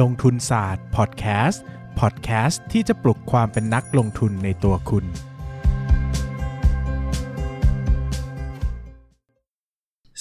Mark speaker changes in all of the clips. Speaker 1: ลงทุนศาสตร์พอดแคสต์พอดแคสต์ที่จะปลุกความเป็นนักลงทุนในตัวคุณ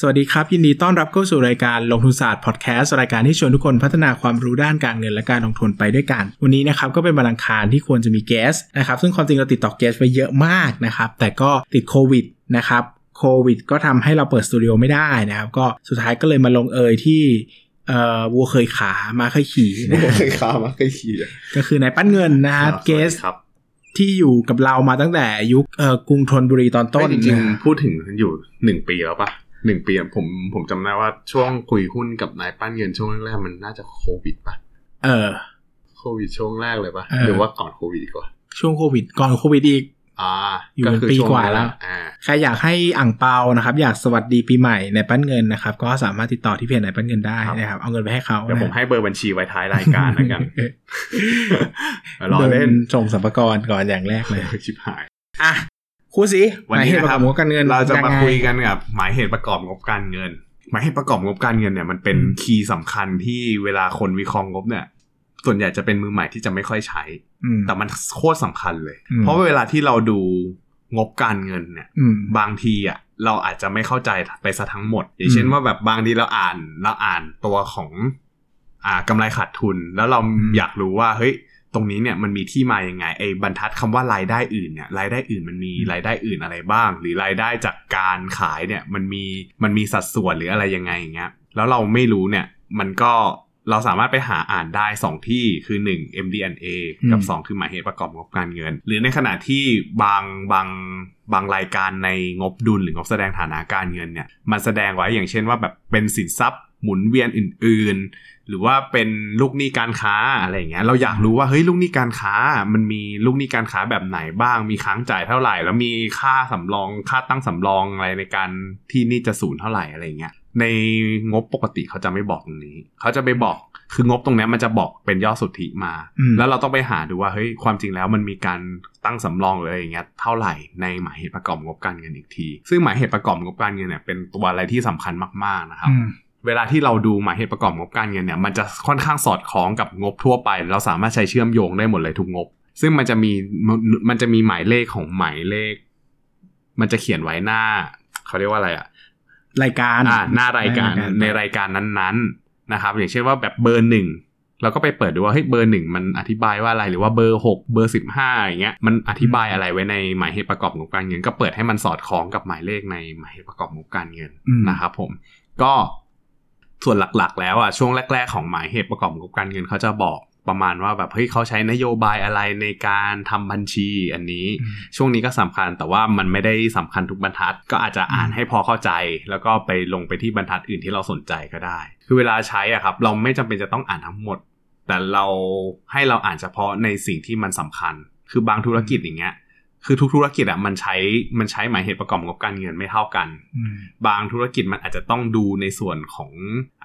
Speaker 1: สวัสดีครับ ยินดีต้อนรับเข้าสู่รายการลงทุนศาสตร์พอดแคสต์รายการที่ชวนทุกคนพัฒนาความรู้ด้านการเงินและการลงทุนไปด้วยกัน วันนี้นะครับก็เป็นวันอังคารที่ควรจะมีแกสนะครับซึ่งความจริงเราติดต่อแกสไปเยอะมากนะครับแต่ก็ติดโควิดนะครับโควิดก็ทำให้เราเปิดสตูดิโอไม่ได้นะครับก็สุดท้ายก็เลยมาลงเอยที่เอ่อวัวเคยขามาเคยขี่
Speaker 2: ไม่
Speaker 1: นะฮะ
Speaker 2: เคย ข้ามาเคยขี่อ่ะ
Speaker 1: ก็คือนายปั้นเงินนะฮะ
Speaker 3: อ่า
Speaker 1: เกส
Speaker 3: สวัสดีครับ
Speaker 1: ที่อยู่กับเรามาตั้งแต่ยุคเอ่อกรุงธนบุรีตอนต้
Speaker 3: ต้
Speaker 1: น
Speaker 3: นจริง
Speaker 1: นะฮะ
Speaker 3: ๆพูดถึงอยู่หนึ่งปีแล้วปะหนึ่งปีอะผมผมจำได้ว่าช่วงคุยหุ้นกับนายปั้นเงินช่วงแรกๆมันน่าจะโควิดปะ
Speaker 1: เออ
Speaker 3: โควิดช่วงแรกเลยปะ
Speaker 1: เออ
Speaker 3: หรือว่าก่อนโควิดอีกว่า
Speaker 1: ช่วงโควิด ก่อนโควิดอีก
Speaker 3: อ่า
Speaker 1: อยู่เป็นปีกว่าแล้ว
Speaker 3: อ่า
Speaker 1: ใครอยากให้อ่างเปานะครับ อยากสวัสดีปีใหม่นายปั้นเงินนะครับ ก็สามารถติดต่อที่เพจนายปั้นเงินได้นะครับ เอาเงินไปให้เขา
Speaker 3: เดี๋ยวผมให้เบอร์บัญชีไว้ท้ายรายการแล้ว กันรอ
Speaker 1: เดิ
Speaker 3: เล่
Speaker 1: น
Speaker 3: น
Speaker 1: ส่งสัมภากระก่อนอย่างแรกเลย
Speaker 3: ชิบหาย
Speaker 1: อ่ะคุณสิ
Speaker 3: วันนี้
Speaker 1: หมายเหตุป
Speaker 3: นะ
Speaker 1: ระก
Speaker 3: ครั
Speaker 1: อ
Speaker 3: บบ
Speaker 1: งบการเงิน
Speaker 3: เราจะมาง
Speaker 1: ไง
Speaker 3: คุยกันกับหมายเหตุประกอบงบการเงิน หมายเหตุประกอบงบการเงินเนี่ยมันเป็นคีย์สำคัญที่เวลาคนวิเคราะห์งบเนี่ย ส่วนใหญ่จะเป็นมือใหม่ที่จะไม่ค่อยใช้
Speaker 1: อืม
Speaker 3: แต่มันโคตรสำคัญเลย
Speaker 1: อืม
Speaker 3: เพราะว่าเวลาที่เราดูงบการเงินเนี่ย
Speaker 1: อืม
Speaker 3: บางทีอ่ะเราอาจจะไม่เข้าใจไปซะทั้งหมด อย่างเช่น
Speaker 1: อืม
Speaker 3: ว่าแบบบางทีเราอ่านเราอ่านตัวของ อ่ากำไรขาดทุน แล้วเรา
Speaker 1: อืม
Speaker 3: อยากรู้ว่าเฮ้ยตรงนี้เนี่ยมันมีที่มายังไงไอ้บรรทัดคำว่ารายได้อื่นเนี่ยรายได้อื่นมันมีรายได้อื่นอะไรบ้าง หรือรายได้จากการขายเนี่ยมันมีมันมีสัดส่วนหรืออะไรยังไงอย่างเงี้ยแล้วเราไม่รู้เนี่ยมันก็เราสามารถไปหาอ่านได้สองที่คือ 1 MD&A กับ
Speaker 1: อืม
Speaker 3: 2 คือหมายเหตุประกอบงบการเงิน หรือในขณะที่บางบางบางรายการในงบดุลหรืองบแสดงฐานะการเงินเนี่ยมันแสดงไว้อย่างเช่นว่าแบบเป็นสินทรัพย์หมุนเวียนอื่น ๆ หรือว่าเป็นลูกหนี้การค้าอะไรอย่างเงี้ยเราอยากรู้ว่าเฮ้ยลูกหนี้การค้ามันมีลูกหนี้การค้าแบบไหนบ้าง มีค้างจ่ายเท่าไหร่ แล้วมีค่าสำรองค่าตั้งสำรองอะไรในการที่หนี่จะสูญเท่าไหร่อะไรอย่างเงี้ย ในงบปกติเขาจะไม่บอกตรงนี้ เขาจะไปบอกคืองบตรงเนี้ยมันจะบอกเป็นยอดสุทธิมา
Speaker 1: อืม
Speaker 3: แล้วเราต้องไปหาดูว่าเฮ้ยความจริงแล้วมันมีการตั้งสำรองหรืออะไรอย่างเงี้ยเท่าไหร่ในหมายเหตุประกอบงบการเงินอีกที ซึ่งหมายเหตุประกอบงบการเงินเนี่ยเป็นตัวอะไรที่สำคัญมากๆนะครับ
Speaker 1: อืม
Speaker 3: เวลาที่เราดูหมายเหตุประกอบงบการเงินเนี่ยมันจะค่อนข้างสอดคล้องกับงบทั่วไป เราสามารถใช้เชื่อมโยงได้หมดเลยทุกงบ ซึ่งมันจะมีมันจะมีหมายเลขของหมายเลข มันจะเขียนไว้หน้า เขาเรียกว่าอะไรอะ
Speaker 1: รายการ
Speaker 3: อ่าหน้ารายการ
Speaker 1: ห
Speaker 3: ในรายการนั้นๆนะครับ อย่างเช่นว่าแบบเบอร์หนึ่งเราก็ไปเปิดดูว่าเฮ้ยเบอร์หนึ่งมันอธิบายว่าอะไรหรือว่าเบอร์หกเบอร์สิบห้าอย่างเงี้ยมันอธิบายอะไรไว้ในหมายเหตุประกอบงบการเงิน ก็เปิดให้มันสอดคล้องกับหมายเลขในหมายเหตุประกอบงบการเงิน
Speaker 1: อืม
Speaker 3: นะครับผมก็ส่วนหลักๆ แล้วอ่ะช่วงแรก ๆ ของหมายเหตุประกอบงบการเงินเขาจะบอกประมาณว่าแบบเฮ้ยเขาใช้นโยบายอะไรในการทำบัญชีอันนี้
Speaker 1: อืม
Speaker 3: ช่วงนี้ก็สำคัญแต่ว่ามันไม่ได้สำคัญทุกบรรทัด ก็อาจจะอ่าน
Speaker 1: อืม
Speaker 3: ให้พอเข้าใจ แล้วก็ไปลงไปที่บรรทัดอื่นที่เราสนใจก็ได้ คือเวลาใช้อ่ะครับ เราไม่จำเป็นจะต้องอ่านทั้งหมด แต่เราให้เราอ่านเฉพาะในสิ่งที่มันสำคัญ คือบางธุรกิจอย่างเงี้ย คือทุกธุรกิจอ่ะมันใช้มันใช้หมายเหตุประกอบงบการเงินไม่เท่ากัน
Speaker 1: อืม
Speaker 3: บางธุรกิจมันอาจจะต้องดูในส่วนของ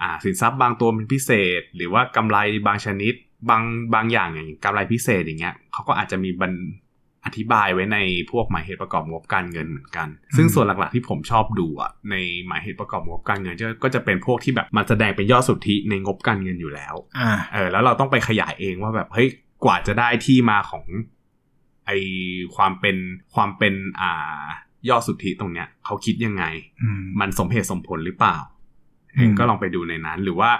Speaker 3: อ่าสินทรัพย์บางตัวเป็นพิเศษ หรือว่ากำไรบางชนิด บางบางอย่างอย่างกำไรพิเศษอย่างเงี้ยเขาก็อาจจะมีบันอธิบายไว้ในพวกหมายเหตุประกอบงบการเงินเหมือนกัน
Speaker 1: อืม
Speaker 3: ซึ่งส่วนหลักๆที่ผมชอบดูอ่ะในหมายเหตุประกอบงบการเงินก็ก็จะเป็นพวกที่แบบมันแสดงเป็นยอดสุทธิในงบการเงินอยู่แล้ว
Speaker 1: อ่า
Speaker 3: เออแล้วเราต้องไปขยายเองว่าแบบเฮ้ยกว่าจะได้ที่มาของไอความเป็นความเป็นอ่ายอดสุทธิตรงเนี้ยเขาคิดยังไง
Speaker 1: อืม
Speaker 3: มันสมเหตุสมผลหรือเปล่า
Speaker 1: อืม
Speaker 3: ก็ลองไปดูในนั้น หรือว่า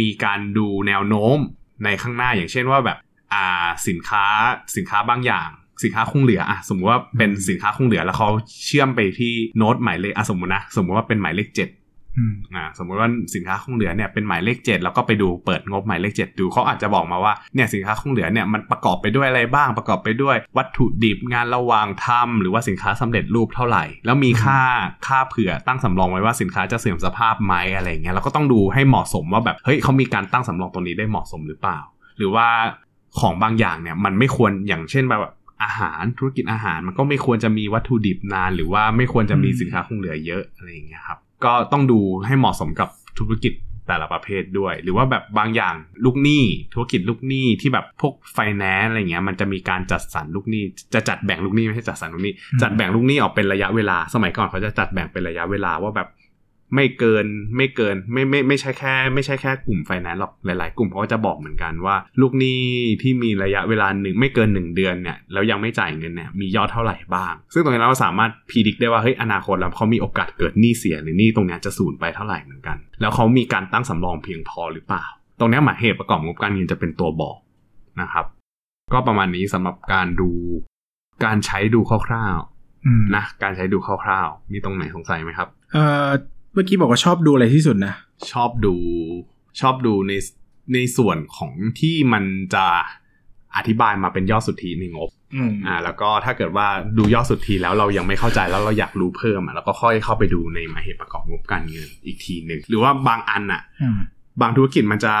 Speaker 3: มีการดูแนวโน้มในข้างหน้าอย่างเช่นว่าแบบอ่าสินค้าสินค้าบางอย่าง สินค้าคงเหลืออ่ะสมมติว่าเป็นสินค้าคงเหลือแล้วเขาเชื่อมไปที่โน้ตหมายเลขอ่ะสมมตินะสมมติว่าเป็นหมายเลขเจ็ด
Speaker 1: อืม
Speaker 3: อ่าสมมุติว่าสินค้าคงเหลือเนี่ยเป็นหมายเลข 7 แล้วก็ไปดูเปิดงบหมายเลข 7 ดูเขาอาจจะบอกมาว่าเนี่ยสินค้าคงเหลือเนี่ยมันประกอบไปด้วยอะไรบ้าง ประกอบไปด้วยวัตถุดิบงานระหว่างทำหรือว่าสินค้าสำเร็จรูปเท่าไหร่ แล้วมีค่าค่าเผื่อตั้งสำรองไว้ว่าสินค้าจะเสื่อมสภาพไหมอะไรอย่างเงี้ยเราก็ต้องดูให้เหมาะสมว่าแบบเฮ้ยเขามีการตั้งสำรองตรงนี้ได้เหมาะสมหรือเปล่า หรือว่าของบางอย่างเนี่ยมันไม่ควรอย่างเช่นแบบอาหารธุรกิจอาหารมันก็ไม่ควรจะมีวัตถุดิบนาน หรือว่าไม่ควรจะมี
Speaker 1: อืม
Speaker 3: สินค้าคงเหลือเยอะอะไรอย่างเงี้ยครับก็ต้องดูให้เหมาะสมกับธุรกิจแต่ละประเภทด้วย หรือว่าแบบบางอย่างลูกหนี้ธุรกิจลูกหนี้ที่แบบพวกไฟแนนซ์อะไรเงี้ยมันจะมีการจัดสรรลูกหนี้ จะจัดแบ่งลูกหนี้ไม่ใช่จัดสรรลูกหนี้ จัดแบ่งลูกหนี้ออกเป็นระยะเวลา สมัยก่อนเขาจะจัดแบ่งเป็นระยะเวลาว่าแบบ ไม่เกินไม่เกินไม่ไม่ไม่ใช่แค่ ไม่ใช่แค่กลุ่มไฟแนนซ์หรอกหลาย ๆ กลุ่มเขาก็จะบอกเหมือนกันว่า ลูกหนี้ที่มีระยะเวลาหนึ่งไม่เกิน 1 เดือนเนี่ยแล้วยังไม่จ่ายเงินเนี่ยมียอดเท่าไหร่บ้าง ซึ่งตรงนี้เราสามารถพิจิตได้ว่าเฮ้ยอนาคตแล้วเขามีโอกาสเกิดหนี้เสียหรือหนี้ตรงเนี้ยจะสูญไปเท่าไหร่เหมือนกัน แล้วเขามีการตั้งสำรองเพียงพอหรือเปล่า ตรงเนี้ยหมายเหตุประกอบงบการเงินจะเป็นตัวบอกนะครับ ก็ประมาณนี้สำหรับการดูการใช้ดูคร่าว
Speaker 1: อืม
Speaker 3: ๆนะการใช้ดูคร่าวๆมีตรงไหนสงสัยไหมครับ
Speaker 1: เอ่อเมื่อกี้บอกว่าชอบดูอะไรที่สุดนะ
Speaker 3: ชอบดูชอบดูในในส่วนของที่มันจะอธิบายมาเป็นยอดสุทธิในงบ
Speaker 1: อืม
Speaker 3: อ่าแล้วก็ถ้าเกิดว่าดูยอดสุทธิแล้วเรายังไม่เข้าใจแล้วเราอยากรู้เพิ่มอ่ะแล้วก็ค่อยเข้าไปดูในหมายเหตุประกอบงบการเงินอีกทีหนึ่งหรือว่าบางอันอ่ะ
Speaker 1: อืม
Speaker 3: บางธุรกิจมันจะ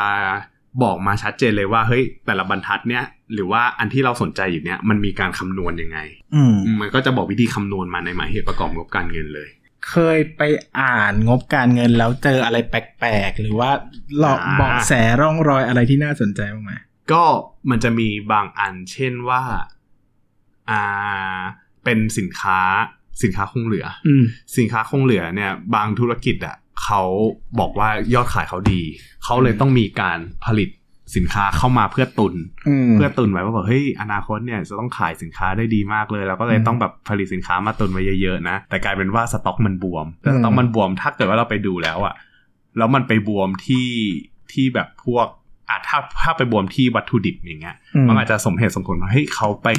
Speaker 3: บอกมาชัดเจนเลยว่าเฮ้ยแต่ละบรรทัดเนี้ยหรือว่าอันที่เราสนใจอยู่เนี้ยมันมีการคำนวณยังไง
Speaker 1: อืม
Speaker 3: มันก็จะบอกวิธีคำนวณมาในหมายเหตุประกอบงบการเงินเลย
Speaker 1: เคยไปอ่านงบการเงินแล้วเจออะไรแปลกๆ หรือว่าหลอก
Speaker 3: อ่า
Speaker 1: เบอกแสร่องรอยอะไรที่น่าสนใจบ้างไหม
Speaker 3: ก็มันจะมีบางอันเช่นว่าอ่าเป็นสินค้าสินค้าคงเหลือ
Speaker 1: อืม
Speaker 3: สินค้าคงเหลือเนี่ยบางธุรกิจอ่ะเขาบอกว่ายอดขายเขาดี เขาเลยต้องมีการผลิตสินค้าเข้ามาเพื่อตุน
Speaker 1: อืม
Speaker 3: เพื่อตุนไว้ว่าแบบเฮ้ยอนาคตเนี่ยจะต้องขายสินค้าได้ดีมากเลย แล้วก็เลย
Speaker 1: อืม
Speaker 3: ต้องแบบผลิตสินค้ามาตุนไว้เยอะๆนะ แต่กลายเป็นว่าสต็อกมันบวม
Speaker 1: อืม
Speaker 3: สต็อกมันบวมถ้าเกิดว่าเราไปดูแล้วอะแล้วมันไปบวมที่ที่แบบพวกอ่ะถ้าถ้าไปบวมที่วัตถุดิบอย่างเงี้ย มันอาจจะสมเหตุสมผลว่าเฮ้ยเขาไป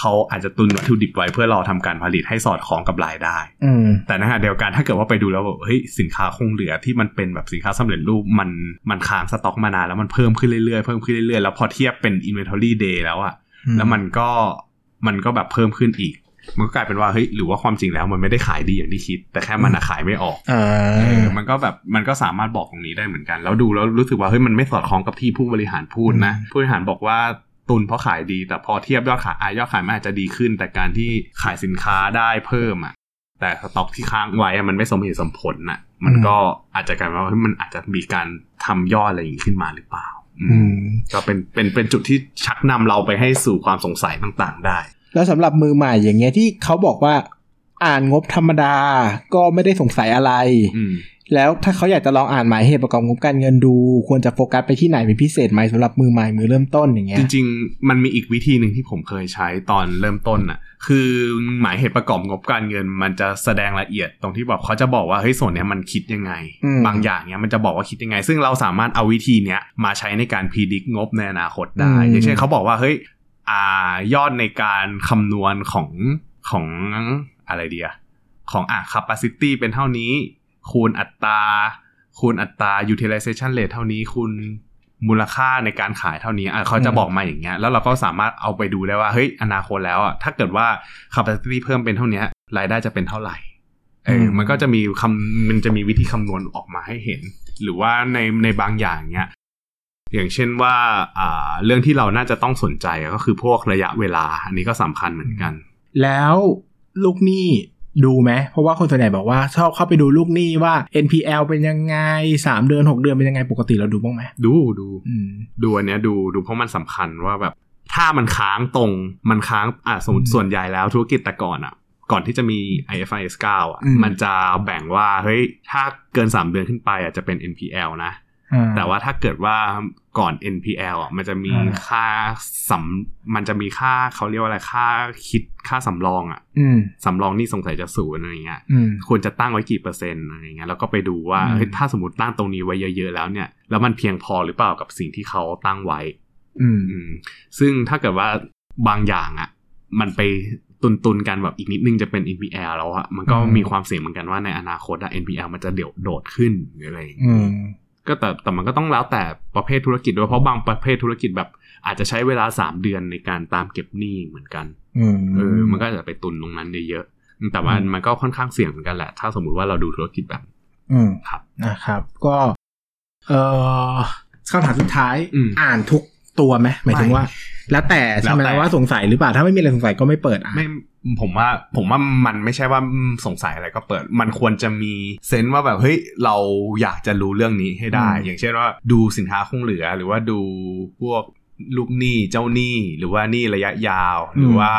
Speaker 3: เขาอาจจะตุนวัตถุดิบไว้เพื่อรอทำการผลิตให้สอดคล้องกับรายได้
Speaker 1: อืม
Speaker 3: แต่ในขณะเดียวกันถ้าเกิดว่าไปดูแล้วแบบเฮ้ยสินค้าคงเหลือที่มันเป็นแบบสินค้าสำเร็จรูปมันมันค้างสต็อกมานานแล้วมันเพิ่มขึ้นเรื่อยๆเพิ่มขึ้นเรื่อยๆแล้วพอเทียบเป็น inventory day แล้วอะแล้วมันก็มันก็แบบเพิ่มขึ้นอีก มันก็กลายเป็นว่าเฮ้ยหรือว่าความจริงแล้วมันไม่ได้ขายดีอย่างที่คิด แต่แค่มันอะขายไม่ออก
Speaker 1: อ่า
Speaker 3: เออมันก็แบบมันก็สามารถบอกตรงนี้ได้เหมือนกัน แล้วดูแล้วรู้สึกว่าเฮ้ยมันไม่สอดคล้องกับที่ผู้บริหารพูดนะผู้บริหารบอกว่าตุนเพราะขายดี แต่พอเทียบยอดขายอายอดขายมันอาจจะดีขึ้น แต่การที่ขายสินค้าได้เพิ่มอะ แต่สต็อกที่ค้างไว้อะมันไม่สมเหตุสมผลน่ะ มันก็อาจจะกลายเป็นว่าเฮ้ยมันอาจจะมีการทำยอดอะไรอย่างนี้ขึ้นมาหรือเปล่า อืม
Speaker 1: อืม
Speaker 3: ก็เป็นเป็นเป็นจุดที่ชักนำเราไปให้สู่ความสงสัยต่างๆได้
Speaker 1: แล้วสำหรับมือใหม่อย่างเงี้ยที่เขาบอกว่า อ่านงบธรรมดาก็ไม่ได้สงสัยอะไร
Speaker 3: อืม
Speaker 1: แล้วถ้าเขาอยากจะลองอ่านหมายเหตุประกอบงบการเงินดู ควรจะโฟกัสไปที่ไหนเป็นพิเศษไหมสำหรับมือใหม่มือเริ่มต้นอย่างเงี้ย
Speaker 3: จริงๆ มันมีอีกวิธีหนึ่งที่ผมเคยใช้ตอนเริ่มต้นน่ะ คือหมายเหตุประกอบงบการเงิน มันจะแสดงละเอียดตรงที่แบบเขาจะบอกว่าเฮ้ยส่วนเนี้ยมันคิดยังไง
Speaker 1: อืม
Speaker 3: บางอย่างเนี้ยมันจะบอกว่าคิดยังไง ซึ่งเราสามารถเอาวิธีเนี้ยมาใช้ในการพิจิตรงบในอนาคตได้
Speaker 1: อืม
Speaker 3: อย่างเช่นเขาบอกว่าเฮ้ยอ่ายอดในการคำนวณของของอะไรเดียของอ่ะ capacity เป็นเท่านี้ คูณอัตรา คูณอัตรา utilization rate เท่านี้คูณมูลค่าในการขายเท่านี้อ่ะเขาจะ
Speaker 1: อืม
Speaker 3: บอกมาอย่างเงี้ย แล้วเราก็สามารถเอาไปดูได้ว่า เฮ้ย อนาคตแล้วอ่ะ ถ้าเกิดว่า capacity เพิ่มเป็นเท่าเนี้ยรายได้จะเป็นเท่าไหร่ เออ
Speaker 1: อืม
Speaker 3: มันก็จะมีคำมันจะมีวิธีคำนวณออกมาให้เห็น หรือว่าในในบางอย่างเนี้ย อย่างเช่นว่าอ่า เรื่องที่เราน่าจะต้องสนใจอะก็คือพวกระยะเวลา อันนี้ก็สำคัญเหมือนกัน
Speaker 1: แล้วลูกหนี้ดูไหม เพราะว่าคนส่วนใหญ่บอกว่าชอบเข้าไปดูลูกหนี้ว่า NPL เป็นยังไง 3 เดือน 6 เดือนเป็นยังไงปกติเราดูบ้างไหม
Speaker 3: ดูดู
Speaker 1: อืม
Speaker 3: ดูอันเนี้ยดูดูเพราะมันสำคัญว่าแบบถ้ามันค้างตรงมันค้างอ่ะสมมติ
Speaker 1: อืม
Speaker 3: ส่วนใหญ่แล้วธุรกิจแต่ก่อนอ่ะ ก่อนที่จะมี IFRS 9อ่ะ
Speaker 1: อืม
Speaker 3: มันจะแบ่งว่าเฮ้ยถ้าเกิน 3 เดือนขึ้นไปอ่ะจะเป็น NPL นะ
Speaker 1: อ่
Speaker 3: แต่ว่าถ้าเกิดว่าก่อน NPL อ่ะมันจะมี
Speaker 1: อ่า
Speaker 3: ค่าสำมันจะมีค่าเขาเรียกว่าอะไรค่าคิดค่าสำรองอ่ะ
Speaker 1: อืม
Speaker 3: สำรองหนี่สงสัยจะศูนย์อะไรอย่างเงี้ย
Speaker 1: อืม
Speaker 3: ควรจะตั้งไว้กี่เปอร์เซ็นต์อะไรเงี้ยแล้วก็ไปดูว่า
Speaker 1: อืม
Speaker 3: เฮ้ยถ้าสมมติตั้งตรงนี้ไว้เยอะๆแล้วเนี่ยแล้วมันเพียงพอหรือเปล่ากับสิ่งที่เขาตั้งไว้
Speaker 1: อืม
Speaker 3: อืมซึ่งถ้าเกิดว่าบางอย่างอะ่ะ มันไปตุนๆกันแบบอีกนิดนึงจะเป็น NPL แล้วอะมันก็
Speaker 1: อืม
Speaker 3: มีความเสี่ยงเหมือนกันว่าในอนาคตอะ NPL มันจะเดี่ยวโดดขึ้นหรืออะไรอย่าง
Speaker 1: อื
Speaker 3: เงี้ย
Speaker 1: ม
Speaker 3: ก็แต่แต่มันก็ต้องแล้วแต่ประเภทธุรกิจด้วยเพราะบางประเภทธุรกิจแบบ อาจจะใช้เวลา 3 เดือนในการตามเก็บหนี้เหมือนกัน
Speaker 1: อืม
Speaker 3: เออมันก็จะไปตุนตรงนั้นเยอะๆอืมแต่ว่า
Speaker 1: อืม
Speaker 3: มันก็ค่อนข้างเสี่ยงเหมือนกันแหละ ถ้าสมมติว่าเราดูธุรกิจแบบ
Speaker 1: อืม
Speaker 3: ครับ
Speaker 1: นะครับ ก็เอ่อคำถามสุดท้าย
Speaker 3: อืม
Speaker 1: อ่านทุกตัวไหมหมายถึงว่า แล้วแต่ใช่ไหม
Speaker 3: แล้วแต่
Speaker 1: ว่าสงสัยหรือเปล่า ถ้าไม่มีอะไรสงสัยก็ไม่เปิดอ่าน
Speaker 3: ไม่ผมว่าผมว่ามันไม่ใช่ว่าอืมสงสัยอะไรก็เปิด มันควรจะมีเซนส์ว่าแบบเฮ้ยเราอยากจะรู้เรื่องนี้ให้ได้ อย่างเช่นว่าดูสินค้าคงเหลือ หรือว่าดูพวก ลูกหนี้เจ้าหนี้หรือว่าหนี้ระยะยาว หรือว่า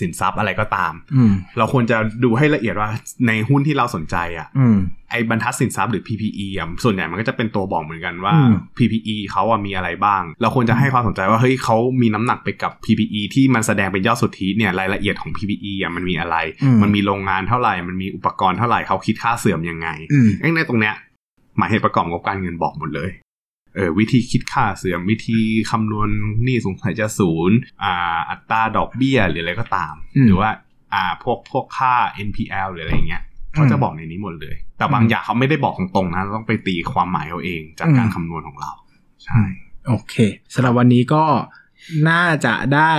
Speaker 3: สินทรัพย์อะไรก็ตาม
Speaker 1: อืม
Speaker 3: เราควรจะดูให้ละเอียดว่าในหุ้นที่เราสนใจอ่ะ
Speaker 1: อืม
Speaker 3: ไอ้บรรทัดสินทรัพย์หรือ PPE อ่ะส่วนใหญ่มันก็จะเป็นตัวบอกเหมือนกันว่า
Speaker 1: อืม
Speaker 3: PPE เขาอ่ะมีอะไรบ้าง เราควรจะให้ความสนใจว่าเฮ้ยเขามีน้ำหนักไปกับ PPE ที่มันแสดงเป็นยอดสุทธิเนี่ยรายละเอียดของ PPE อ่ะมันมีอะไร
Speaker 1: อืม
Speaker 3: มันมีโรงงานเท่าไหร่ มันมีอุปกรณ์เท่าไหร่เขาคิดค่าเสื่อมยังไง
Speaker 1: อืม
Speaker 3: ไอ้ในตรงเนี้ยหมายเหตุประกอบงบการเงินบอกหมดเลยเออวิธีคิดค่าเสื่อมวิธีคำนวณหนี้สงสัยจะศูนย์อ่าอัตราดอกเบี้ยหรืออะไรก็ตาม
Speaker 1: อืม
Speaker 3: หรือว่าอ่าพวกพวกค่า NPL หรืออะไรอย่างเงี้ย เขาจะบอกในนี้หมดเลย แต่บาง
Speaker 1: อืม
Speaker 3: อย่างเขาไม่ได้บอกตรงๆนะ ต้องไปตีความหมายเอาเองจากการ
Speaker 1: อืม
Speaker 3: คำนวณของเรา ใช่
Speaker 1: ใช่โอเคสำหรับวันนี้ก็น่าจะได้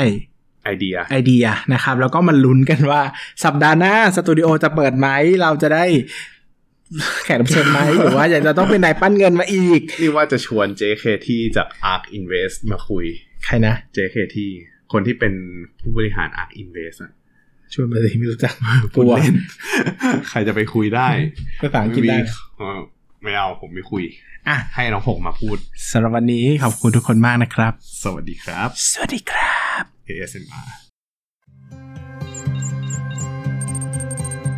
Speaker 3: ไอเดีย
Speaker 1: ไอเดียนะครับ แล้วก็มาลุ้นกันว่าสัปดาห์หน้าสตูดิโอจะเปิดไหม เราจะได้ แขกรับเชิญไหม หรือว่าอยากจะต้องเป็นนายปั้นเงินมาอีก
Speaker 3: นี่ว่าจะชวน JKT จาก ARK Invest มาคุย
Speaker 1: ใครนะ
Speaker 3: JKT คนที่เป็นผู้บริหาร ARK Invest อะ
Speaker 1: ชวนมาเลยไม่รู้จักก
Speaker 3: พูด
Speaker 1: ลัว
Speaker 3: เล่น ใครจะไปคุยได้
Speaker 1: ภาษาอังกฤษได้
Speaker 3: มีเออไม่เอาผมไม่คุย
Speaker 1: อ่ะ
Speaker 3: ให้น้องหกมาพูด
Speaker 1: สำหรับวันนี้ขอบคุณทุกคนมากนะครับ
Speaker 3: สวัสดีครับ
Speaker 1: สวัสดีครับ
Speaker 3: ASMR